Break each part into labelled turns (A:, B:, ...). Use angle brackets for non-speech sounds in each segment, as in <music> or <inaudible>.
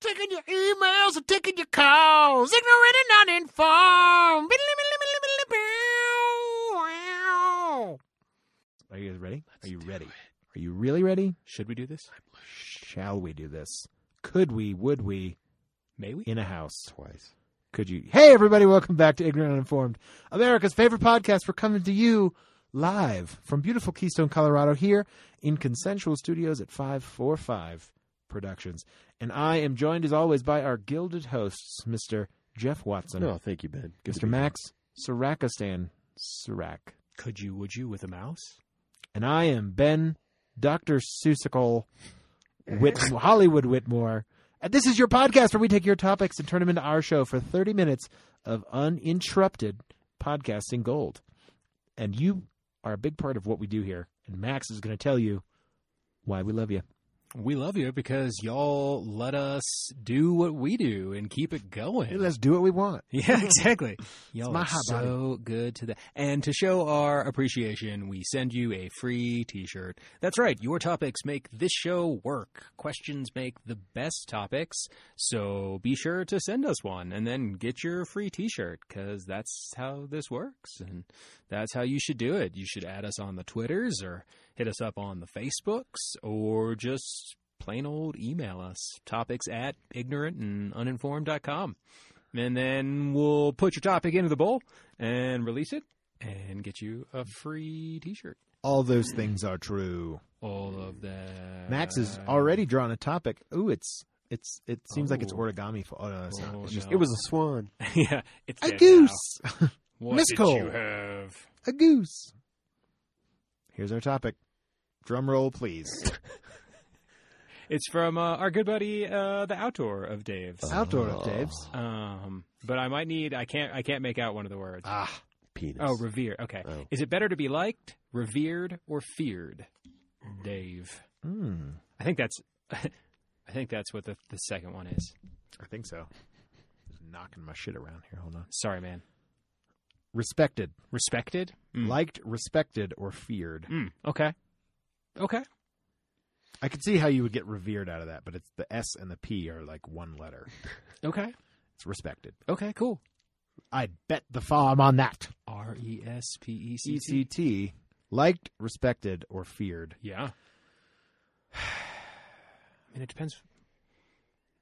A: taking your emails and taking your calls. Ignorant and uninformed. Are you guys ready? Are you ready? Are you really ready? Should we do this? Shall we do this? Could we? Would we?
B: May we?
A: In a house.
B: Twice.
A: Could you? Hey, everybody, welcome back to Ignorant Uninformed, America's favorite podcast. We're coming to you live from beautiful Keystone, Colorado, here in Consensual Studios at 545 Productions. And I am joined, as always, by our gilded hosts, Mr. Jeff Watson,
B: No, thank you, Ben. Good to
A: Mr.
B: be
A: Max Sarakistan Sarak.
B: Could you? Would you? With a mouse?
A: And I am Ben, Dr. <laughs> Seussical, Whit- Hollywood Whitmore. And this is your podcast where we take your topics and turn them into our show for 30 minutes of uninterrupted podcasting gold. And you are a big part of what we do here. And Max is going to tell you why we love you.
B: We love you because y'all let us do what we do and keep it going.
A: do what we want. <laughs>
B: yeah, exactly. Y'all
A: my
B: are
A: hot body.
B: so good to that. And to show our appreciation, we send you a free T-shirt. That's right. Your topics make this show work. Questions make the best topics. So be sure to send us one, and then get your free T-shirt because that's how this works, and that's how you should do it. You should add us on the Twitters or hit us up on the Facebooks or just plain old email us topics at ignorant and uninformed.com and then we'll put your topic into the bowl and release it and get you a free t-shirt
A: All those things are true.
B: all of that <laughs>
A: Max has already drawn a topic. Ooh, it's it's it seems like it's
B: Oh.
A: origami. Fo- oh no, it's not.
B: Oh,
A: It's just
B: no. It was
C: a swan.
B: yeah it's
A: a
B: dead
A: goose.
B: now. what
A: Miss
B: did
A: Cole.
B: you have
A: a goose. Here's our topic. Drum roll, please.
B: it's from uh, our good buddy uh, the outdoor of dave's
A: Outdoor of Dave's.
C: Oh,
B: um but i might need i can't i can't make out one of the words
A: Ah,
C: Penis.
B: oh revere okay
C: Oh.
B: is it better to be liked revered or feared dave
A: mm,
B: i think that's <laughs> i think that's what the, the second one is
A: I think so. Just knocking my shit around here. Hold on.
B: sorry man
A: Respected,
B: respected Mm.
A: liked, respected, or feared.
B: Mm, okay. Okay.
A: I could see how you would get revered out of that, but it's the S and the P are like one letter.
B: Okay.
A: It's respected.
B: Okay, cool.
A: I'd bet the farm on that.
B: R E S P E C C.
A: ECT, liked, respected, or feared.
B: Yeah. <sighs> I mean, it depends.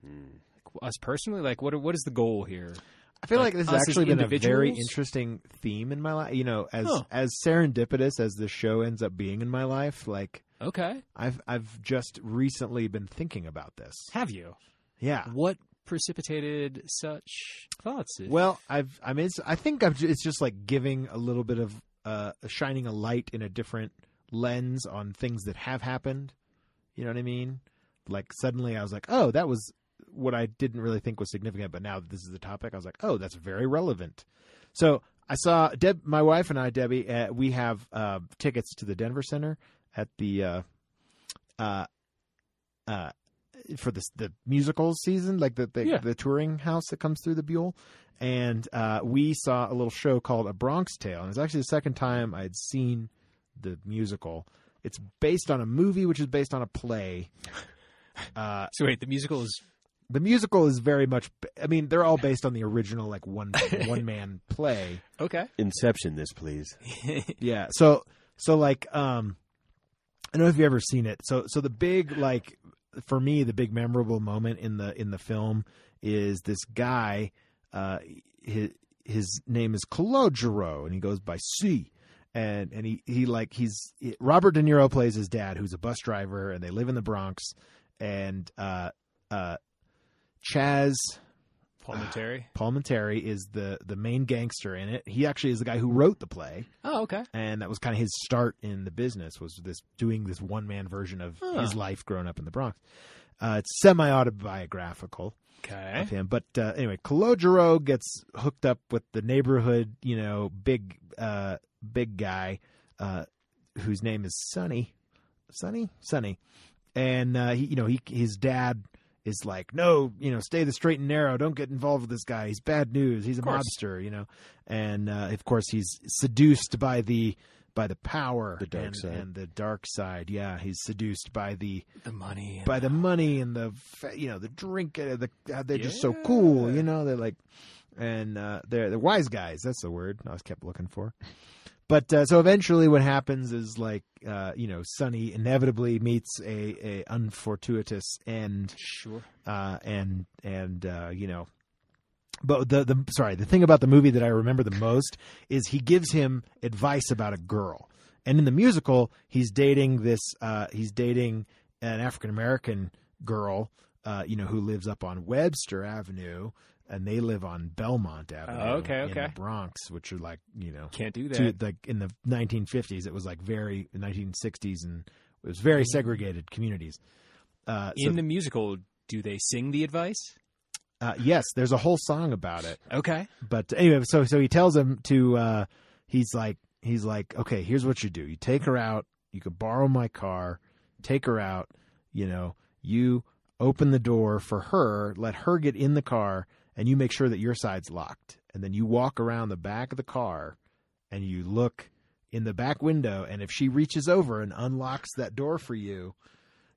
C: hmm.
B: Like, us personally, like, what what is the goal here?
A: I feel
B: Like
A: like, this
B: us
A: has
B: as
A: actually been a very
B: individuals?
A: interesting theme in my life. You know, as
B: Huh.
A: as serendipitous as this show ends up being in my life, like
B: Okay.
A: I've I've just recently been thinking about this.
B: Have you?
A: Yeah.
B: What precipitated such thoughts?
A: Well, I've I mean, it's, I think I've, ju- it's just like giving a little bit of uh, shining a light in a different lens on things that have happened. You know what I mean? Like suddenly I was like, oh, that was what I didn't really think was significant, but now that this is the topic, I was like, oh, that's very relevant. So I saw Deb, my wife and I, Debbie, uh, we have uh, tickets to the Denver Center at the uh, uh, uh, for the the musical season, like the the,
B: Yeah.
A: the touring house that comes through the Buell, and uh, we saw a little show called A Bronx Tale, and it's actually the second time I had seen the musical. It's based on a movie, which is based on a play. Uh,
B: so wait, the musical is
A: the musical is very much. I mean, they're all based on the original, like one one man play.
B: <laughs> okay.
C: Inception this, please.
A: Yeah. So so like um I don't know if you've ever seen it. So so the big like for me the big memorable moment in the in the film is this guy uh his his name is Calogero and he goes by C and and he he like he's Robert De Niro plays his dad who's a bus driver and they live in the Bronx and uh uh Chaz
B: Palmentary.
A: Palmentary is the the main gangster in it. He actually is the guy who wrote the play
B: <sighs> oh, okay.
A: and that was kind of his start in the business was this doing this one man version of
B: Huh.
A: his life growing up in the Bronx. Uh, it's semi autobiographical
B: Okay.
A: of him, but uh, anyway, Calogero gets hooked up with the neighborhood, you know, big uh, big guy uh, whose name is Sonny, Sonny, Sonny, and uh, he, you know, he his dad is like, no, you know, stay the straight and narrow. Don't get involved with this guy. He's bad news. He's a
B: Of course.
A: mobster, you know. And uh, of course, he's seduced by the by the power
C: The dark
A: and,
C: side.
A: and the dark side. Yeah, he's seduced by the
B: The money.
A: by the money and the fa- you know the drink. Uh, the uh, they're just so
B: Yeah.
A: cool. You know they're like and uh, they're they're wise guys. That's the word I was kept looking for. But uh, so eventually, what happens is like uh, you know, Sonny inevitably meets a, a unfortuitous end
B: Sure.
A: uh, and and uh, you know, but the the sorry, the thing about the movie that I remember the most is he gives him advice about a girl, and in the musical he's dating this uh, he's dating an African American girl, uh, you know, who lives up on Webster Avenue, and they live on Belmont Avenue,
B: Oh, okay,
A: in the
B: okay.
A: Bronx, which are like you know
B: Can't do that.
A: to like in the 1950s it was like very 1960s and it was very segregated communities uh, so,
B: Mm-hmm. In the musical, do they sing the advice?
A: uh, yes there's a whole song about it
B: <laughs> Okay.
A: but anyway so so he tells him to uh, he's like he's like okay here's what you do you take her out you can borrow my car take her out you know you open the door for her let her get in the car and you make sure that your side's locked and then you walk around the back of the car and you look in the back window and if she reaches over and unlocks that door for you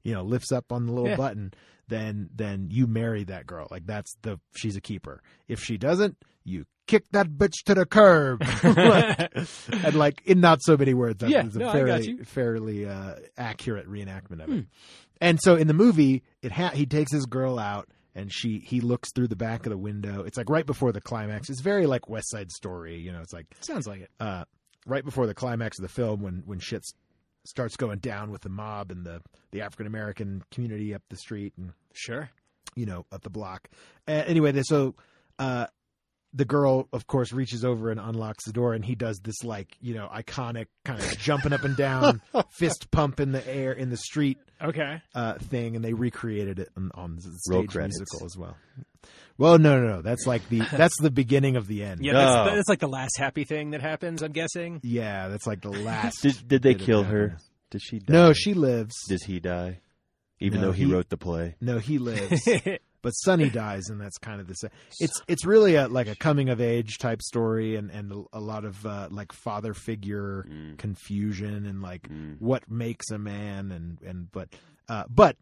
A: you know lifts up on the little
B: Yeah.
A: button then then you marry that girl like that's the she's a keeper if she doesn't you kick that bitch to
B: <laughs>
A: the curb Like, and like in not so many words that's
B: Yeah,
A: it's a
B: no, I got
A: fairly
B: you. Hmm.
A: fairly uh, accurate reenactment of it and so in the movie it ha- he takes his girl out and she he looks through the back of the window it's like right before the climax it's very like west side story you know it's like
B: Sounds like it.
A: uh, right before the climax of the film when when shit starts going down with the mob and the the African American community up the street and
B: Sure.
A: you know up the block. Uh, anyway, th- so uh, the girl, of course, reaches over and unlocks the door, and he does this like you know iconic kind of jumping up and
C: <laughs>
A: down, fist pump in the air in the street
B: Okay.
A: uh, thing, and they recreated it on, on the
C: Roll
A: stage
C: credits.
A: musical as well. Well, no, no, no. That's like
C: <laughs>
A: the that's the beginning of the end.
B: Yeah, that's,
C: No.
B: that's like the last happy thing that happens, I'm guessing.
A: Yeah, that's like
C: <laughs>
A: the last.
C: Did, did they
A: bit of
C: kill her?
A: happiness.
C: Did she die?
A: No, she lives.
C: Does he die? Even
A: No,
C: though he,
A: he-
C: wrote the play.
A: No, he
C: <laughs>
A: lives, but Sonny dies, and that's kind of the same. It's it's really a, like a coming of age type story, and and a lot of uh, like father figure
C: Mm-hmm.
A: confusion and like what makes a man, and and but uh, but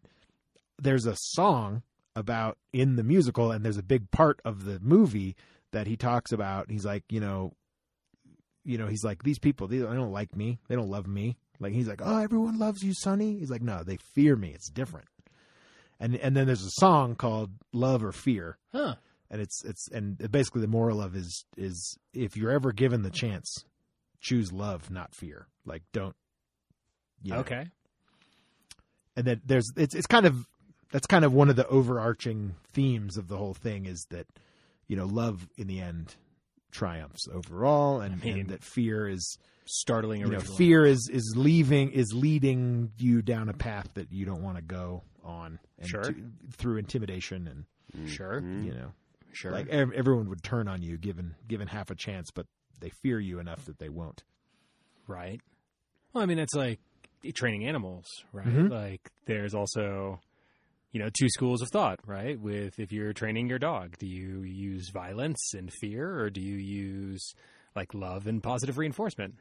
A: there's a song about in the musical, and there's a big part of the movie that he talks about. He's like, you know, you know, he's like these people, they they don't like me, they don't love me. Like he's like, oh, everyone loves you, Sonny. He's like, no, they fear me. It's different. And and then there's a song called Love or Fear,
B: <laughs> Huh.
A: and it's it's and basically the moral of is is if you're ever given the chance, choose love, not fear. Like don't. you know.
B: Okay.
A: And then there's it's it's kind of that's kind of one of the overarching themes of the whole thing is that you know love in the end triumphs overall, and,
B: I mean-
A: and that fear is
B: Startling
A: you know,
B: original.
A: fear is is leaving is leading you down a path that you don't want to go on and
B: Sure. Mm-hmm.
A: to- through intimidation and
B: Sure.
C: Mm-hmm.
A: you know
B: Sure.
A: like ev- everyone would turn on you given given half a chance but they fear you enough that they won't
B: Right. Well, I mean, it's like training animals, right?
A: Mhm.
B: Like, there's also, you know, two schools of thought, right? With if you're training your dog, do you use violence and fear, or do you use like love and positive reinforcement?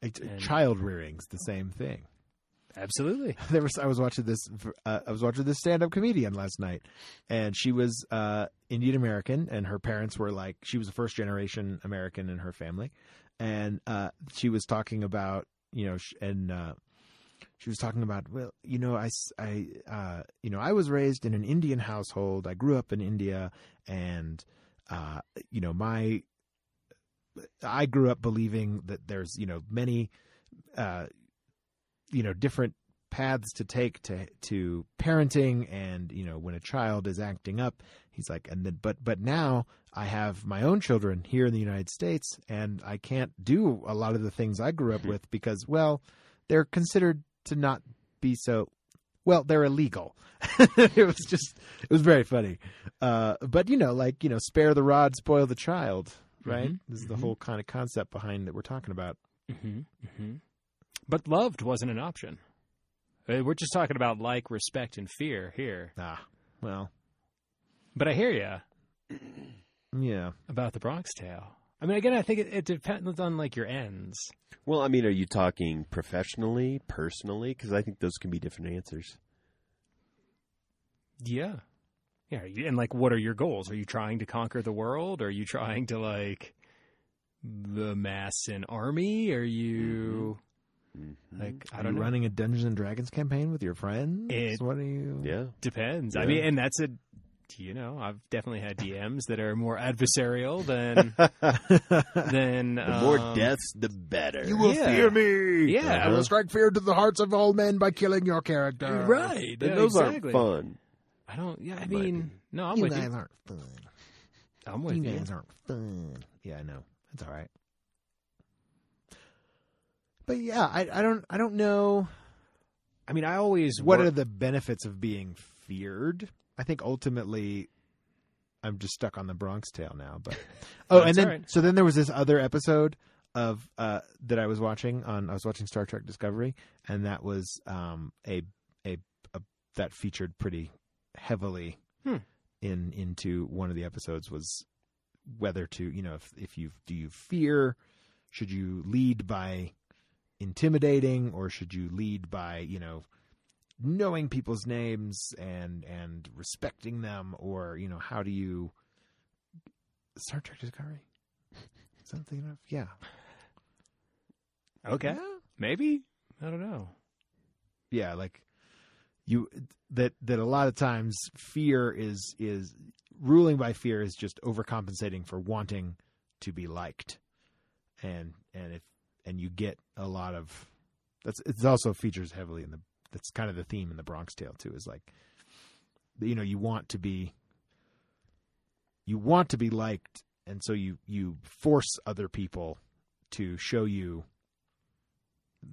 A: It's-
B: And-
A: child rearing's the same thing
B: Absolutely.
A: <laughs> there was I was watching this uh, I was watching this stand up comedian last night, and she was uh, Indian American, and her parents were like she was a first generation American in her family, and uh, she was talking about you know sh- and uh, she was talking about well you know I s- I, uh, you know I was raised in an Indian household I grew up in India and uh, you know my I grew up believing that there's you know many uh, you know different paths to take to to parenting and you know when a child is acting up he's like and then but but now i have my own children here in the united states and i can't do a lot of the things i grew up
C: Mhm.
A: with because well they're considered to not be so well they're illegal <laughs> it was just it was very funny uh but you know like you know spare the rod spoil the child right
B: Mhm.
A: this is the
B: Mhm.
A: whole kind of concept behind that we're talking about
B: Mm-hmm. Mm-hmm. But loved wasn't an option. Uh, We're just talking about like, respect, and fear here.
A: ah well
B: But I hear you
A: yeah
B: about the Bronx Tale. I mean, again, I think it, it depends on like your ends.
C: Well, I mean, are you talking professionally, personally? Because I think those can be different answers.
B: Yeah. Yeah. you- And like, what are your goals? Are you trying to conquer the world? Are you trying to like the mass an army? Are you
C: Mhm.
B: like, I
A: Are
B: don't
A: Mm-hmm. you
B: know.
A: running a Dungeons and Dragons campaign with your friends?
B: It-
A: what are you?
C: yeah,
B: Depends. I
C: Yeah.
B: mean, and that's a, you know, I've definitely had DMs that are more adversarial
C: <laughs>
B: than, than,
C: the more
B: um,
C: deaths, the better.
A: You will
B: Yeah.
A: fear me.
B: Yeah.
A: I will strike fear to the hearts of all men by killing your
C: uh,
A: character.
B: Right.
C: And
B: yeah,
C: those
B: exactly.
C: aren't fun.
B: I don't, yeah, I
C: But-
B: mean, no, I'm
A: you
B: with
A: guys
B: you.
A: aren't fun.
B: I'm with
A: you
B: you.
A: guys aren't fun. Yeah, I know. That's all right. But yeah, I, I don't I don't know
B: I mean, I always,
A: what
B: wor-
A: are the benefits of being feared. I think ultimately, I'm just stuck on the Bronx Tale now.
B: <laughs>
A: But oh, and
B: That's
A: then
B: all right.
A: so then there was this other episode of uh, that I was watching on I was watching Star Trek Discovery, and that was um, a, a a that featured pretty heavily
B: Hmm.
A: in into one of the episodes was whether to you know if if you do you fear should you lead by intimidating or should you lead by you know knowing people's names and and respecting them or you know how do you Star Trek Discovery <laughs> something of yeah
B: okay.
A: yeah,
B: Maybe. I don't know.
A: yeah like you that that a lot of times fear is is ruling by fear is just overcompensating for wanting to be liked and and if and you get a lot of that's it's also features heavily in the that's kind of the theme in the Bronx Tale too is like you know you want to be you want to be liked and so you you force other people to show you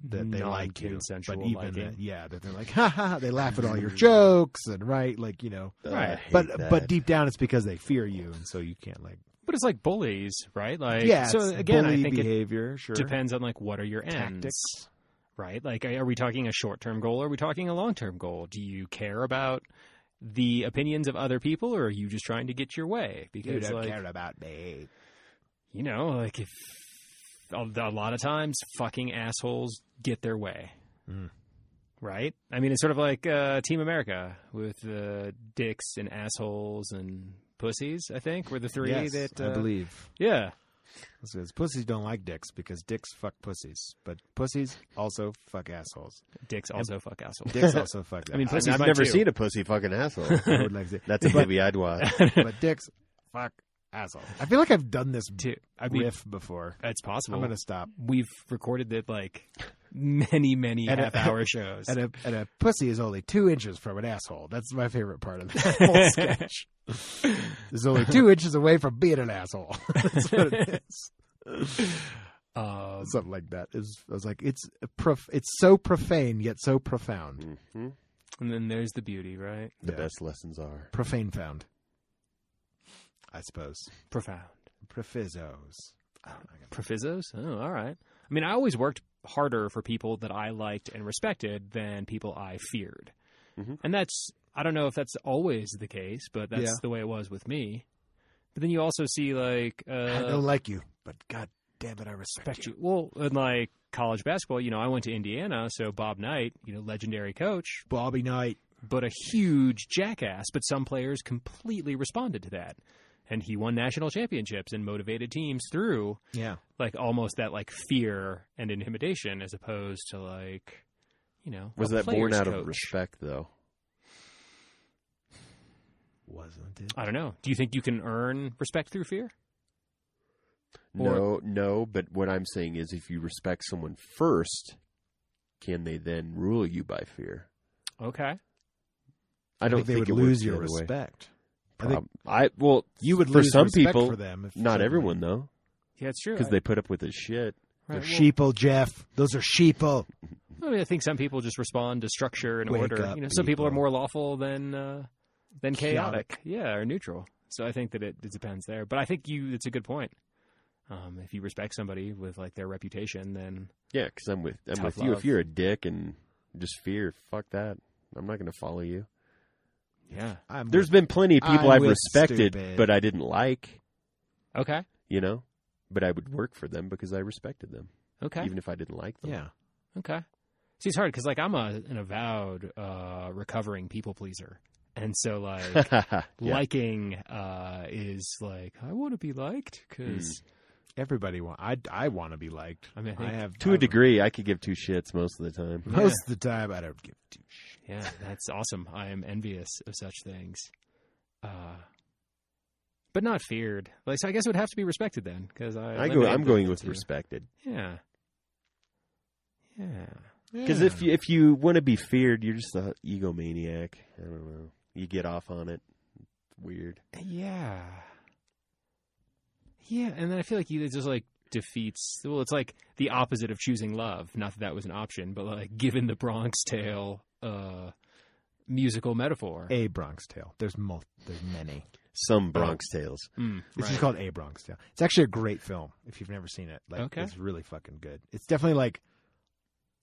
A: that they like you but
B: Non-consensual
A: even
B: liking.
A: that- yeah that they're like <laughs> ha ha ha," they laugh at all your jokes and right like you know
C: Uh,
B: Right.
C: I hate
A: but
C: that.
A: but deep down it's because they fear you and so you can't like
B: But it's like bullies, right? Like,
A: yeah
B: So
A: it's
B: again, I
A: bully
B: think it
A: behavior sure
B: depends on like what are your
A: tactics
B: ends, right? Like, are we talking a short-term goal? Or are we talking a long-term goal? Do you care about the opinions of other people, or are you just trying to get your way?
A: you
B: Because
A: don't
B: like,
A: care about me
B: you know, like if a, a lot of times fucking assholes get their way.
A: Mm.
B: Right? I mean, it's sort of like uh, Team America with uh, dicks and assholes and pussies, I think, were the three
A: yes,
B: that.
A: I
B: Uh,
A: believe
B: yeah.
A: That's because pussies don't like dicks because dicks fuck pussies, but pussies also fuck assholes.
B: Dicks also fuck assholes. <laughs>
A: Dicks also fuck.
B: I mean,
A: assholes.
C: I mean,
B: Pussy's
C: I've
B: mine
C: never
B: too.
C: seen a pussy fucking asshole.
A: I would like to say,
C: That's a
A: but,
C: movie I'd watch.
B: <laughs>
A: but dicks fuck assholes. I feel like I've done this
B: Too. I mean,
A: riff before.
B: it's possible.
A: I'm gonna stop.
B: We've recorded that like many, many
A: <laughs> At a-
B: half-hour shows.
A: And a and a pussy is only two inches from an asshole. That's my favorite part of
C: <laughs>
A: that whole sketch. It's only two inches away from being an asshole. <laughs> That's what
C: <laughs>
A: it is.
B: um,
A: Something like that. It was, I was like, it's prof- it's so profane yet so profound.
C: Mhm.
B: and then there's the beauty, right?
C: The
A: Yeah.
C: best lessons are.
A: Profane found. I suppose.
B: Profound.
A: Profizzos. I don't know.
B: Profizzos? Oh, all right. I mean, I always worked harder for people that I liked and respected than people I feared.
C: Mhm.
B: And that's, I don't know if that's always the case, but that's
A: Mm-hmm. Yeah.
B: the way it was with me. But then you also see, like, uh,
A: I don't like you, but god damn it, I respect,
B: respect you. Well, in like college basketball, you know, I went to Indiana, so Bob Knight, you know, legendary coach,
A: Bobby Knight.
B: but a huge jackass. But some players completely responded to that. And he won national championships and motivated teams through
A: Yeah.
B: like almost that like fear and intimidation as opposed to like you know
C: Was
B: a
C: that born
B: player's
C: out
B: coach.
C: of respect, though?
A: Wasn't it?
B: I don't know. Do you think you can earn respect through fear?
C: No, no. But what I'm saying is, if you respect someone first, can they then rule you by fear?
B: Okay.
C: I don't
A: they would
C: think it works
A: lose
C: the
A: your
C: other way.
A: respect. I
C: Prob- I,
A: think
C: well,
A: you would
C: for
A: lose
C: some
A: respect
C: people,
A: for them. If
C: not
A: suddenly-
C: everyone though,
B: Yeah, it's true.
C: because
B: I-
C: they put up with his shit.
A: They're
B: right, well,
A: sheeple, Jeff. Those are sheeple.
B: I, mean, I think some people just respond to structure and
A: Wake
B: order.
A: up,
B: you know, some people are
A: people.
B: more lawful than uh, than chaotic. Yeah, or neutral. So I think that it, it depends there. But I think you it's a good point. Um, if you respect somebody with like their reputation, then
C: Yeah, because I'm with I'm
B: Tough
C: with you.
B: love.
C: If you're a dick and just fear, fuck that. I'm not going to follow you.
B: yeah.
A: I'm
C: There's been plenty of people
A: I'm
C: I've
A: with
C: respected,
A: stupid.
C: but I didn't like.
B: Okay.
C: You know, but I would work for them because I respected them,
B: Okay.
C: even if I didn't like them.
A: Yeah.
B: Okay. See, it's hard because like I'm a, an avowed uh, recovering people pleaser, and so
C: <laughs>
B: like
C: Yeah.
B: liking uh, is like I want to be liked
C: Mm.
B: because
A: Everybody want. I I want to be liked.
B: I mean I
A: I
B: think,
A: have
C: to
A: I
C: a
A: would-
C: degree, I could give two shits most of the time.
A: Most of the time, I don't give two shit.
B: yeah that's awesome. I am envious of such things, uh, but not feared. Like so, I guess it would have to be respected then because I
C: I go.
B: eliminated
C: I'm
B: the-
C: going
B: the
C: with
B: two.
C: respected
B: Yeah. Yeah.
C: because if you, if you want to be feared, you're just a egomaniac. I don't know. You get off on it. Weird.
B: Yeah. Yeah, and then I feel like it just like defeats. Well, it's like the opposite of choosing love. Not that that was an option, but like given the Bronx Tale uh, musical metaphor,
A: a Bronx Tale, there's mul- there's many.
C: Some Bronx Tales.
B: Mm,
A: It's
B: right.
A: just called A Bronx Tale. It's actually a great film if you've never seen it. Like
B: Okay.
A: it's really fucking good. It's definitely like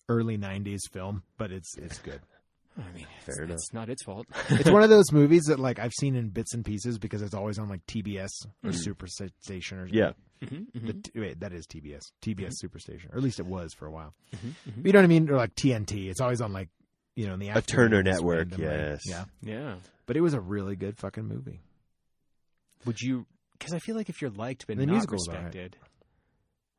A: early '90s film, but it's it's
B: <laughs>
A: good.
B: I mean, it's,
C: Fair enough.
B: it's not its fault.
A: <laughs>
B: <laughs>
A: it's one of those movies that like I've seen in bits and pieces because it's always on like TBS or
B: Mm.
C: Mhm.
A: Super Station or
C: Yeah.
B: Mhm, mhm,
A: The, wait, that is TBS. TBS
B: Mm-hmm.
A: Superstation, or at least it was for a while.
B: mhm, mhm.
A: You know what I mean? Or like TNT. It's always on like you know in the
C: A Turner
A: afternoons
C: network,
A: randomly.
C: yes.
A: Yeah,
B: Yeah.
A: but it was a really good fucking movie.
B: Would you? Because I feel like if you're liked but
A: The
B: not
A: musical's all right.
B: respected,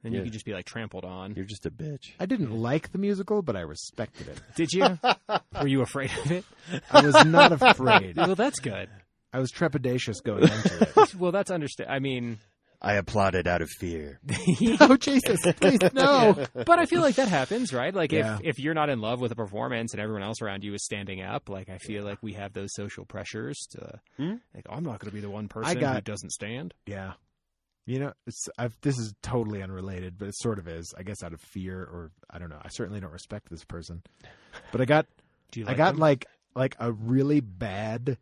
B: then you
C: Yeah.
B: could just be like trampled on.
C: You're just a bitch.
A: I didn't like the musical, but I respected it.
B: Did you? Were you afraid of
A: <laughs>
B: it?
A: I was not afraid.
B: Well, that's
A: <laughs>
B: good.
A: I was trepidatious going into
B: <laughs>
A: it.
B: Well, that's understand. I mean, <laughs>
C: I applauded out of <laughs> fear.
A: <laughs> oh Jesus! Please no.
B: but I feel like that happens, right? Like
A: Yeah.
B: if if you're not in love with a performance and everyone else around you is standing up, like I feel like we have those social pressures to
C: Hmm?
B: like I'm not going to be the one person who
A: got-
B: doesn't stand.
A: Yeah. You know, it's, I've, this is totally unrelated, but it sort of is. I guess out of fear, or I don't know. I certainly don't respect this person, but I got
B: Do you?
A: I
B: Like
A: got
B: them?
A: like like a really bad.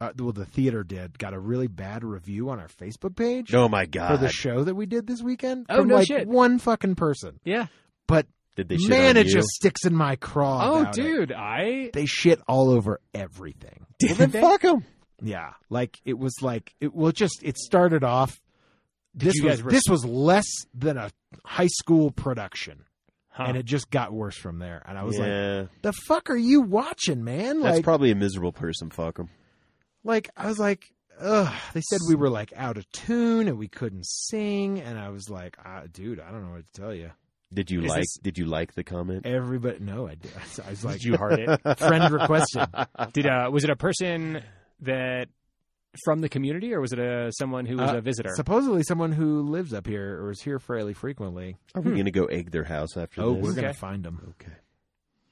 A: Uh, well, the theater did got a really bad review on our Facebook page
C: <laughs> Oh my
A: for the
C: god!
A: show that we did this weekend.
B: Uh, Oh,
A: from
B: no
A: like
B: shit.
A: one fucking person,
B: yeah.
A: but
C: Did they shit
A: man,
C: on
A: it
C: you?
A: just sticks in my craw.
B: Oh,
A: about it.
B: dude,
A: <laughs>
B: I
A: they shit all over everything.
B: did
C: <laughs> Well, then
B: they-
C: fuck 'em.
A: Yeah, like it was like it well, just it started off. This
B: you
A: was
B: guys res-
A: this was less than a high school production,
B: Huh.
A: and it just got worse from there. And I was like,
C: yeah,
A: "The fuck are you watching, man?"
C: that's
A: Like,
C: probably a miserable person. Fuck 'em.
A: like I was like, "Ugh." They said we were like out of tune and we couldn't sing, and I was like, ah, "Dude, I don't know what to tell you."
C: Did you
B: Is
C: like?
B: this-
C: Did you like the <laughs> comment?
A: Everybody, no, I did. I was like,
B: did
A: <laughs>
B: you heart it?
A: "Friend requested."
B: Did uh was it a person that from the community or was it a someone who was
A: Uh,
B: a visitor?
A: <laughs> Supposedly, someone who lives up here or is here fairly frequently.
C: Are we gonna go egg their house after
A: Oh,
C: this?
A: we're gonna
B: Okay.
A: find them.
C: Okay.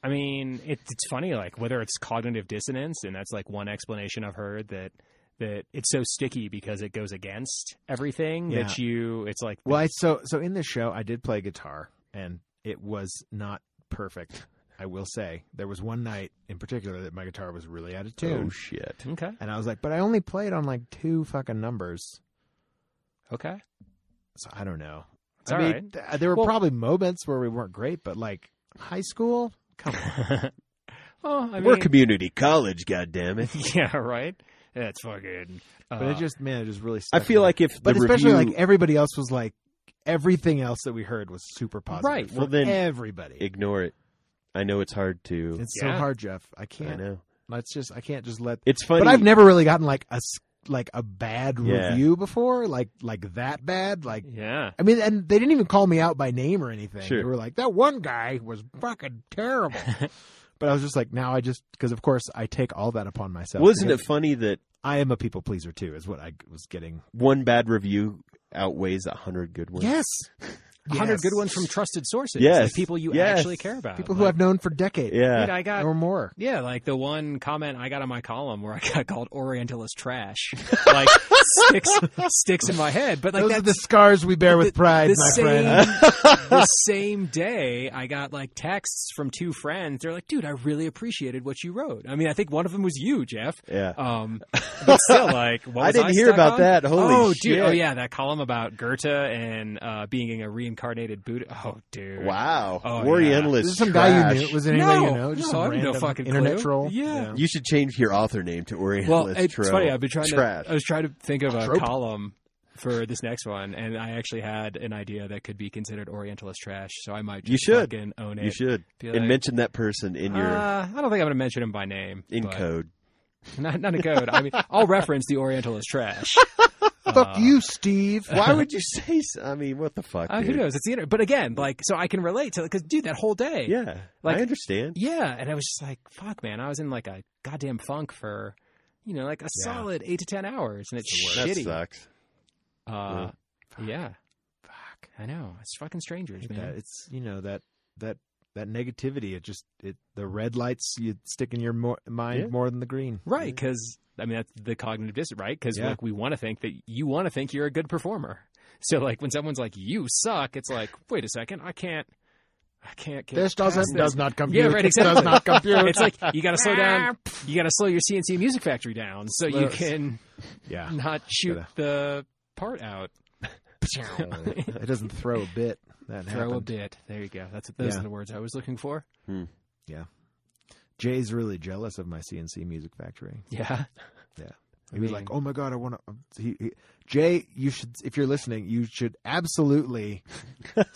B: I mean, it, it's funny, like whether it's cognitive dissonance, and that's like one explanation I've heard that that it's so sticky because it goes against everything that you. It's like
A: Well, I, so so in this show, I did play guitar, and it was not perfect. I will say there was one night in particular that my guitar was really out of
C: Oh
A: tune,
C: shit!
B: okay,
A: and I was like, "But I only played on like two fucking numbers,
B: okay, <laughs>
A: so I don't know."
B: it's
A: I
B: all
A: mean,
B: right.
A: th- there were
B: Well-
A: probably moments where we weren't great, but like high school, come on,
B: well, I
C: we're
B: mean,
C: community college. God damn it!
B: <laughs> yeah, right. That's fucking. Uh,
A: but it just man, it just really.
C: I
A: Stuck with
C: feel
A: me.
C: like if
A: but
C: the
A: especially
C: review
A: like everybody else was like, everything else that we heard was super positive.
B: Right,
A: for
C: well, then-
A: everybody,
C: ignore it. I know it's hard to.
A: it's so
B: Yeah.
A: hard, Jeff. I
C: I
A: can't.
C: know
A: Let's just. I can't just let
C: it's funny.
A: But I've never really gotten like a s- like a bad
C: Yeah.
A: review before, like like that bad. Like
B: yeah,
A: I mean, and they didn't even call me out by name or anything.
C: Sure.
A: They were like, "That one guy was fucking terrible." but I was just like, now I just because of course I take all that upon myself.
C: Wasn't it
A: because
C: funny that
A: I am a people pleaser too, is what I was getting.
C: one bad review outweighs a hundred good ones?
A: Yes,
B: hundred
A: Yes.
B: good ones from trusted sources,
C: Yes.
B: like people you
C: Yes.
B: actually care about,
A: people who I've known for decades
C: Yeah.
B: Dude, I got
A: or more.
B: Yeah, like the one comment I got on my column where I got called Orientalist <laughs> trash, like sticks sticks in my head. But like
A: Those
B: that
A: are the scars we bear with pride,
B: the
A: my
B: same
A: friend.
B: <laughs>
C: <laughs>
B: the same day I got like texts from two friends. They're like, "Dude, I really appreciated what you wrote." I mean, I think one of them was you, Jeff.
C: Yeah.
B: Um, but still,
C: <laughs>
B: like, what
C: I
B: was
C: didn't hear
B: stuck
C: about
B: on?
C: that. Holy
B: oh,
C: shit.
B: dude! Oh yeah, that column about Goethe and uh, being a reincarnated Buddha. Oh, dude!
C: Wow.
B: Oh,
A: This
C: Orientalist.
A: is some guy you
C: trash.
A: knew. Was it
B: No,
A: anybody you know? Just
B: no,
A: some
B: I had no
A: random
B: fucking
A: internet
B: clue.
A: troll.
B: Yeah.
C: You should change your author name to Orientalist
B: Well, it's
C: Tro-
B: funny. I've been trying
C: Trash.
B: to. I was trying to think of a
A: Trope.
B: column for this next one, and I actually had an idea that could be considered Orientalist trash, so I might just
C: You should.
B: fucking own it.
C: You should
B: Be
C: and
B: like,
C: mention that person in your
B: "Uh, I don't think I'm going to mention him by name.
C: in
B: but-
C: code.
B: Not, not in code.
C: <laughs>
B: I mean, I'll reference the Orientalist trash.
A: Fuck
B: Uh,
A: you, Steve.
C: Why
A: <laughs>
C: would you say? So? <laughs> I mean, what the fuck?
B: Uh, who
C: dude?
B: knows? It's the internet. But again, like, so I can relate to because, dude, that whole day.
C: Yeah,
B: Like-
C: I understand.
B: Yeah, and I was just like, "Fuck, man!" I was in like a goddamn funk for, you know, like a
A: Yeah.
B: solid eight to ten hours, and it's
C: That
B: shitty.
C: sucks.
B: Uh, yeah.
A: Fuck.
B: I know. It's fucking strangers,
A: Hate
B: man.
A: that. It's you know that that that negativity. It just it the red lights you stick in your mo- mind
C: Yeah.
A: more than the green.
B: Right, because I mean that's the cognitive dissonance, right? Because
A: Yeah.
B: like we want to think that you want to think you're a good performer. So like when someone's like you suck, it's like wait a second, I can't, I can't. Get
A: This
B: past
A: doesn't
B: this.
A: does not
B: <laughs>
A: compute.
B: Yeah, right,
A: Does
B: exactly.
A: not compute.
B: It's like you got to slow down.
A: <laughs>
B: You got to slow your CNC Music Factory down so you
A: Slow-
B: can
A: yeah,
B: not shoot
A: Gotta-
B: the part out.
A: <laughs> it doesn't throw a bit. That
B: Throw a
A: happened.
B: bit. There you go. That's those
A: Yeah.
B: are the words I was looking for.
A: Jay's really jealous of my CNC Music Factory.
B: Yeah.
A: He
B: I
A: was
B: mean-
A: like, "Oh my god, I want to." He, he, Jay, you should, if you're listening, you should
B: <laughs>
A: absolutely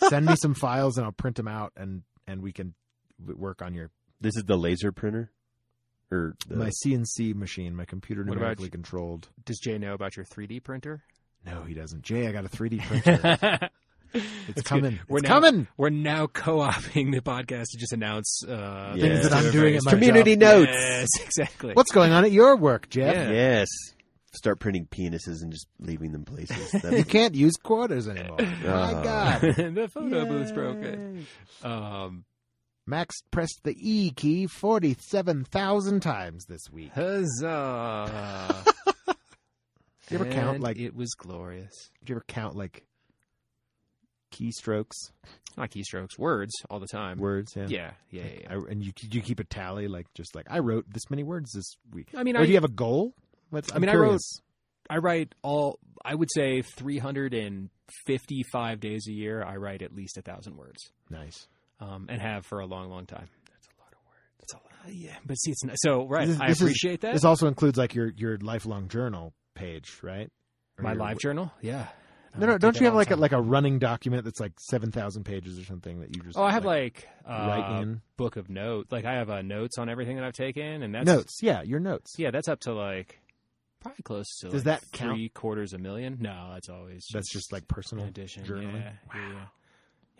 A: send me some files and I'll print them out and and we can w- work on your
C: This is the laser printer, or the,
A: my CNC machine, my computer
B: What about
A: numerically
B: you?
A: controlled.
B: Does Jay know about your 3D printer?
A: No, he doesn't. Jay, I got
B: <laughs>
A: a 3D printer. It's
B: That's good.
A: coming.
B: We're
A: it's
B: now- <laughs>
A: coming.
B: We're now co-opting the podcast to just announce uh,
C: Things that
B: to
C: I'm
B: our
A: doing
B: various
A: at my
C: community
B: friends.
C: notes.
B: Yes, exactly. <laughs>
A: What's going on at your work, Jeff?
B: Yeah.
C: Yes, start printing penises and just leaving them places.
A: You
C: That'd be-
A: can't use
B: <laughs>
A: quarters anymore. my
C: Oh.
A: God,
B: the Ah. <laughs> photo booth's broken. Um,
A: Max pressed the E key forty-seven thousand times this week.
B: huzzah!
A: <laughs> You ever count,
B: And
A: like-
B: it was glorious?
A: Did you ever count like keystrokes,
B: Not keystrokes, words all the time.
A: words? Yeah.
B: Um, Yeah, yeah, yeah.
A: I, and you do you keep a tally, like just like I wrote this many words this week.
B: yeah. I mean,
A: or
B: I,
A: do you have a goal? What's,
B: I
A: I'm
B: mean, I wrote-
A: curious.
B: I write all. I would say 355 days a year. I write at least a thousand words.
A: Nice.
B: um, and have for a long, long time. That's a lot of words. That's a lot. yeah, but see, it's not, so right.
A: This is-
B: I
A: this is-
B: appreciate that.
A: This also includes like your your lifelong journal page, right? Or
B: My
A: your-
B: live journal. Yeah. I
A: No, no.
B: do
A: Don't
B: that
A: you have
B: all the
A: like a,
B: time.
A: like a running document that's like seven thousand pages or something that you just
B: Oh, I have like,
A: write
B: uh,
A: in
B: book of notes. Like I have uh, notes on everything that I've taken, and that's
A: notes. Yeah, your notes.
B: Yeah, that's up to like probably close to.
A: Does
B: like,
A: that count?
B: Three quarters a million? No, that's always.
A: That's just like personal
B: an addition.
A: journaling.
B: Yeah, yeah, yeah.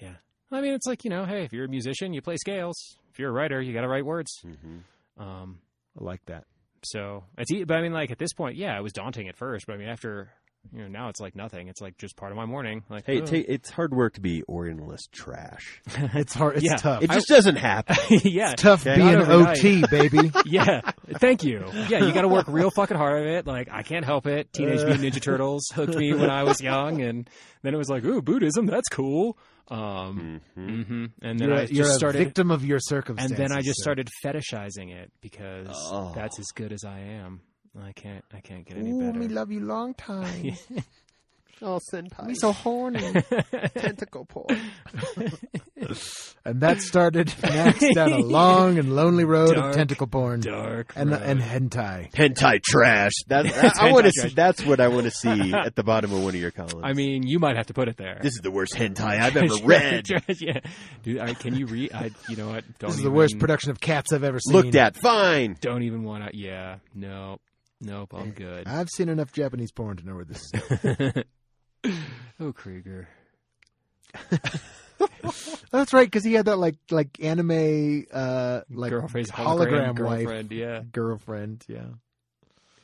B: Yeah. I mean, it's like you know, hey, if you're a musician, you play scales. If you're a writer, you got to write words.
C: Mhm.
B: Um,
A: I like that.
B: So it's, e- but I mean, like at this point, yeah, it was daunting at first, but I mean, after you know, now it's like nothing. It's like just part of my morning. Like,
C: Hey,
B: oh.
C: it ta- it's hard work to be Orientalist trash.
B: <laughs>
A: It's hard. It's
B: Yeah.
A: tough.
C: It just doesn't happen.
B: yeah,
A: It's tough
C: Okay.
A: being
B: Not overnight.
A: OT, baby.
B: yeah. Thank you. Yeah, you got to work real fucking hard at it. Like, I can't help it. Teenage Mutant
A: Uh.
B: Ninja Turtles hooked me when I was young, and then it was like, ooh, Buddhism, that's cool. Um,
C: Mhm.
B: mhm. and then
A: You're,
B: I
A: a- you're
B: just
A: a
B: started,
A: victim of your circumstances.
B: and then I just
A: sir.
B: started fetishizing it because
C: Oh.
B: that's as good as I am. I can't, I can't get any
A: Ooh,
B: better.
A: me love you
B: <laughs>
A: long time.
C: Oh, senpai.
A: we so horny.
C: tentacle porn.
A: <laughs> and that started Max down
B: <laughs>
A: a long and lonely road
B: Dark,
A: of tentacle
B: <laughs>
A: porn
B: Dark
A: and
B: road.
A: and hentai.
C: Hentai trash. That,
B: That's
C: I want
B: hentai
C: to
B: trash.
C: see. That's what I want to see at the bottom of one of your columns.
B: I mean, you might have to put it there.
C: this is the worst
B: <laughs>
C: hentai I've ever read.
B: yeah, dude. I, can you read? I, you know what? Don't
A: This is the
B: even-
A: worst production of cats I've ever seen.
C: Looked at. Fine.
B: Don't even want to. Yeah, no, nope. I'm good.
A: I've seen enough Japanese porn to know where this is.
B: <laughs>
A: going.
B: oh, Krieger.
A: That's right, because he had that like like anime uh like
B: Girlfriend's
A: hologram,
B: hologram,
A: wife
B: girlfriend. Yeah,
A: girlfriend. Yeah,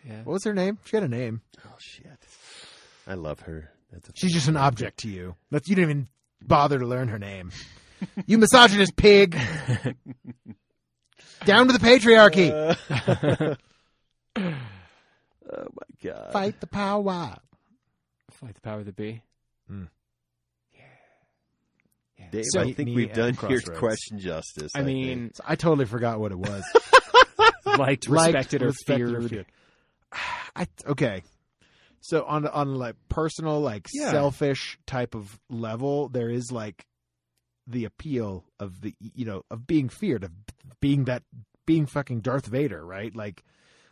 B: yeah.
A: what was her name? She had a name.
C: Oh shit. I love her. That's a
A: She's just an object to you. That's you didn't even bother to learn her name. You misogynist pig. Down to the
C: <laughs>
A: patriarchy.
C: Uh, oh my god.
A: Fight the power.
B: Fight the power of the bee.
A: Mm.
B: Yeah. Yeah.
C: Dave,
A: So-
C: I think
A: me
C: we've
A: at
C: done your
A: crossroads.
C: question justice.
B: I mean,
A: So I totally forgot what it was.
B: <laughs> liked,
A: Liked,
B: <laughs> respected, or
A: respected,
B: feared.
A: or feared. <sighs> I okay. So on on like personal like
B: Yeah.
A: selfish type of level, there is like the appeal of the you know of being feared of being that being fucking Darth Vader, right? Like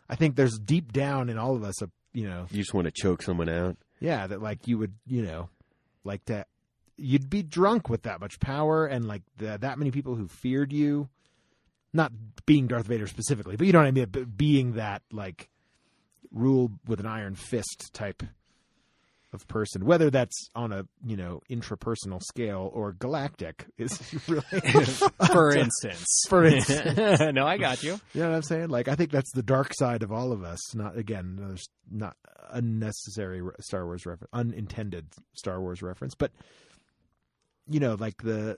A: I think there's deep down in all of us a you know
C: you just want to choke someone out.
A: Yeah, that like you would, you know, like that you'd be drunk with that much power and like the, that many people who feared you. Not being Darth Vader specifically, but you know what I mean. but Being that like rule with an iron fist type of person, whether that's on a you know intrapersonal scale or galactic, is <laughs> really
B: <laughs> for
A: <laughs>
B: instance.
A: For
B: <laughs>
A: instance.
B: no, I got you.
A: You know what I'm saying? Like, I think that's the dark side of all of us. Not again, there's not unnecessary re- Star Wars reference, unintended Star Wars reference, but you know, like the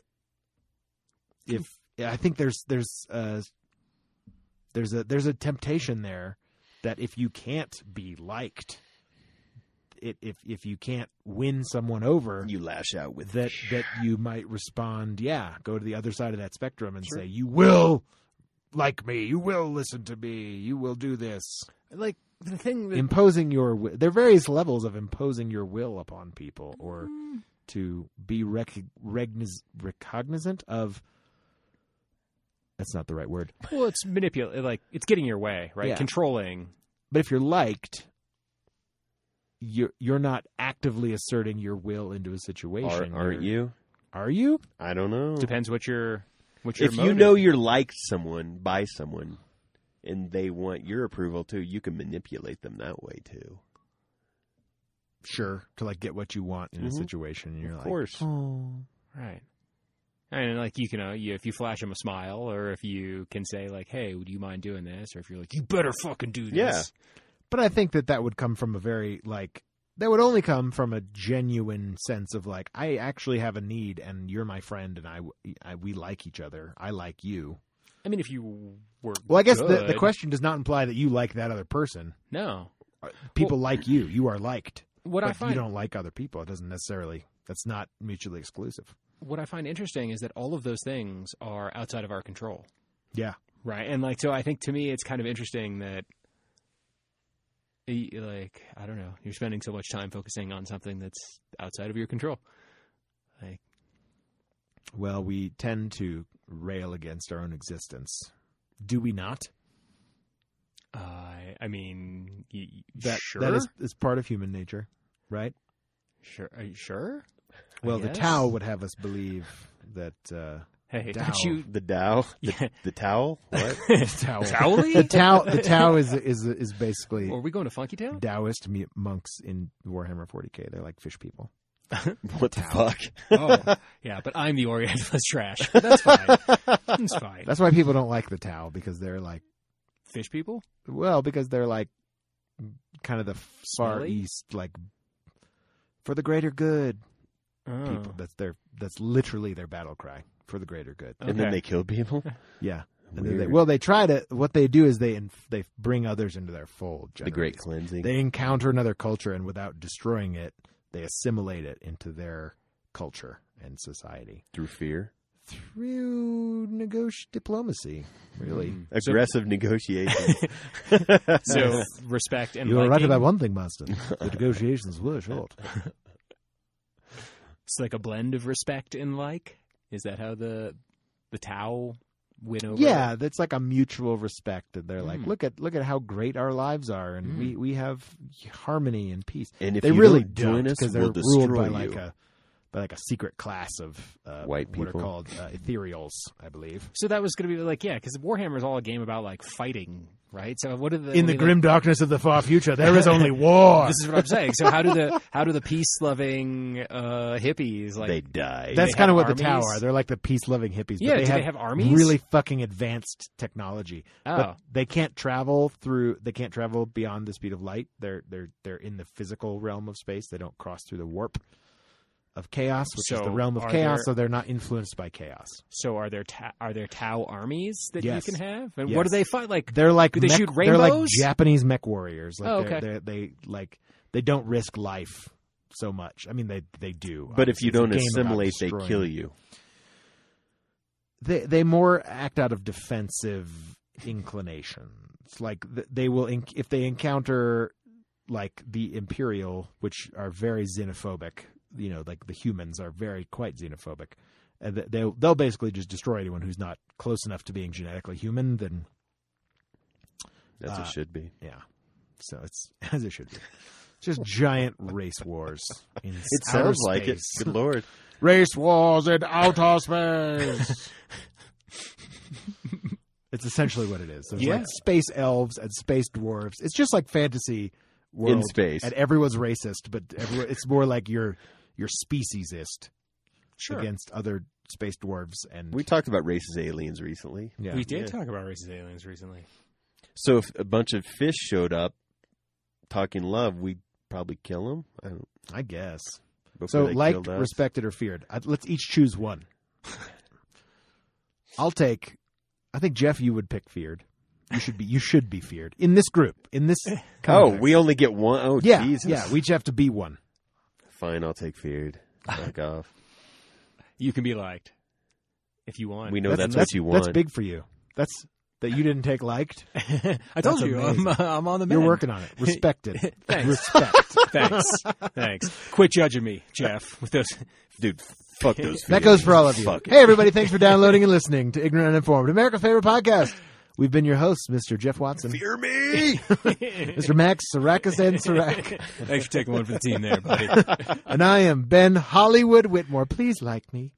A: if yeah, I think there's there's uh there's a there's a temptation there that if you can't be liked, it, if if you can't win someone over,
C: You lash out with
A: that that you might respond, yeah, go to the other side of that spectrum and say, you will like me, you will listen to me, you will do this.
B: Like the thing that
A: Imposing your wi- there are various levels of imposing your will upon people, or
B: Mm,
A: to be rec- recogniz- recognizant of. That's not the right word.
B: well, it's manipulate. Like it's getting your way, right?
A: Yeah.
B: Controlling.
A: But if you're liked, you're you're not actively asserting your will into a
C: Are,
A: situation.
C: aren't
A: You're-
C: you?
A: Are you?
C: I don't know.
A: Hmm.
B: Depends what your what your
C: If you
B: motive.
C: know you're liked someone by someone, and they want your approval too, you can manipulate them that way too.
A: Sure, to like get what you want in a
C: Mhm.
A: situation. And you're
C: of
A: like,
C: course.
A: Oh,
B: right. And like you can, uh, you, if you flash him a smile, or if you can say like, "Hey, would you mind doing this?" or if you're like, "You better fucking do this."
C: Yeah.
A: But I think that that would come from a very like that would only come from a genuine sense of like I actually have a need and you're my friend and I, I- we like each other. I like you.
B: I mean, if you were
A: Well, I guess the, the
B: good-
A: question does not imply that you like that other person.
B: No,
A: People like you. You
B: <laughs>
A: are liked.
B: what I
A: but
B: find
A: you don't like other people. It doesn't necessarily. That's not mutually exclusive.
B: what I find interesting is that all of those things are outside of our control.
A: Yeah.
B: Right. And like, so I think to me, it's kind of interesting that, y- like, I don't know, you're spending so much time focusing on something that's outside of your control. Like,
A: Well, we tend to rail against our own existence. Do we not?
B: uh, I- I mean, y- y-
A: That
B: sure,
A: that is, is part of human nature, right?
B: sure, are you sure. I
A: Well, the
B: guess.
A: Tao would have us believe that uh,
B: Hey,
A: Tao.
B: don't you?
C: The Dow, the,
B: <laughs> Yeah.
A: <laughs>
C: the towel. What?
A: Tao. The
B: Towley?
A: Tao, the Tao is is is basically
B: Are we going to Funky
A: <laughs>
B: Town?
A: Taoist mu- monks in Warhammer 40k. They're like fish people.
C: what the fuck?
B: oh, yeah, but I'm the Orientalist trash. But that's fine.
A: <laughs>
B: That's fine.
A: That's why people don't like the Tao because they're like,
B: Fish people?
A: well, because they're like kind of the far
B: Smelly?
A: east, like for the greater good.
B: Oh.
A: People. That's their that's literally their battle cry for the greater good.
C: And then
B: Okay.
C: they kill people.
A: <laughs> Yeah. And then they,
C: Weird.
A: well, they try to. What they do is they inf- they bring others into their fold.
C: the
A: Generally.
C: Great Cleansing.
A: they encounter another culture and without destroying it they assimilate it into their culture and society
C: through fear.
A: through negoti diplomacy really
B: Mm. So-
A: <laughs>
C: Aggressive negotiation.
B: So respect and
A: you were right
B: liking.
A: about one thing marston the negotiations were
C: <laughs>
A: short
B: It's like a blend of respect and like. Is that how the the Tao win over?
A: yeah that's like a mutual respect that they're
C: Hmm.
A: like
B: Mm.
A: look at look at how great our lives are and
B: Mm.
A: we we have harmony and peace
C: <laughs> and Hmm. if
A: they
C: you
A: really
C: don't join us,
A: because they're
C: we'll
A: ruled
C: destroy
A: by
C: you.
A: like a by like a secret class of uh,
C: White
A: what
C: people.
A: are called uh, ethereals i believe
B: So that was going to be like, yeah, because Warhammer is all a game about like fighting, right? So what are the
A: in
B: what do
A: the
B: they-
A: grim darkness of the far future, there is only
B: <laughs>
A: war.
B: This is what I'm saying. So how do the how do the peace loving uh, hippies like?
C: they die.
A: That's
B: they
A: kind of
B: have
A: what the Tau
B: armies?
A: are. They're like the peace-loving hippies.
B: yeah,
A: but they
B: do
A: have
B: they have armies?
A: really fucking advanced technology.
B: Oh,
A: But they can't travel through. They can't travel beyond the speed of light. They're they're they're in the physical realm of space. They don't cross through the warp of chaos, which is
B: So
A: the realm of
B: are
A: chaos.
B: there-
A: So they're not influenced by chaos.
B: so are there ta- are there Tau armies that
A: Yes.
B: you can have? And what do
A: Yes.
B: they fight like?
A: They're like
B: Do they
A: mech-
B: shoot
A: They're like
B: rainbows?
A: Japanese mech warriors. Like
B: Oh,
A: they're-
B: okay.
A: they're- they like they don't risk life so much. I mean, they they do.
C: but if
A: obviously.
C: you
A: It's a
C: don't
A: game about
C: assimilate, they
A: destroying.
C: kill you.
A: they they more act out of defensive inclinations. Like th- they will enc if they encounter like the imperial, which are very xenophobic. You know, like the humans are very quite xenophobic. And th- they'll they'll basically just destroy anyone who's not close enough to being genetically human. Then
C: As
A: Uh, Ah.
C: it should be.
A: yeah, so it's <laughs> as it should be. Just giant race wars. In
C: It
A: outer
C: sounds like it.
A: space.
C: Good lord.
A: Race wars in outer space. <laughs> it's essentially what it is. There's
B: Yeah.
A: like space elves and space dwarves. It's just like fantasy <laughs> world
C: In space.
A: and everyone's racist, but everyone, it's more like you're you're speciesist
B: Sure.
A: against other space dwarves and
C: We talked about races aliens recently.
A: yeah.
B: We did
C: Yeah.
B: talk about racist aliens recently.
C: So if a bunch of fish showed up talking love, we'd probably kill them. I don't,
A: I guess.
C: before
A: So
C: they
A: liked,
C: killed us.
A: respected, or feared. I, let's each choose one. I'll take. I think Jeff, you would pick feared. You should be. You should be feared in this group. In this.
C: Oh,
A: context.
C: we only get one. Oh,
A: Yeah,
C: Jesus.
A: yeah. We each have to be one.
C: Fine, I'll take
A: <laughs>
C: feared. Back off.
B: You can be liked if you want.
C: We know that's, what you want.
A: That's big for you. That's that you didn't take liked.
B: <laughs> I told
A: That's
B: you, I'm, uh, I'm on the
A: You're
B: mend.
A: working
C: <laughs>
A: on it. Respected.
B: Thanks.
A: Respect.
B: <laughs> Thanks. Thanks. Quit judging me, Jeff, with those <laughs>
C: Dude, fuck those
A: That goes for all of you.
C: Fuck it.
A: Hey, everybody! Thanks for downloading and listening to Ignorant Uninformed, America's favorite podcast. We've been your hosts, Mr. Jeff Watson,
C: Fear <laughs> me!
A: Mr. Max Sarakis, and Sarak.
B: Thanks for taking one for the team there, buddy.
A: And I am Ben Hollywood Whitmore. Please like me.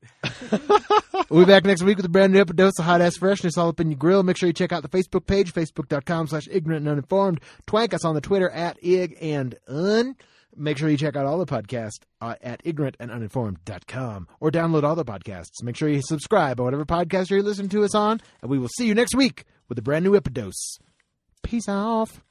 A: we'll be back next week with a brand new dose of hot ass freshness all up in your grill. Make sure you check out the Facebook page, facebook.com slash ignorant and uninformed. Twank us on the Twitter at ig and un. Make sure you check out all the podcasts uh, at ignorantanduninformed.com or download all the podcasts. Make sure you subscribe on whatever podcast you're listening to us on, and we will see you next week with a brand new Epidose. Peace off.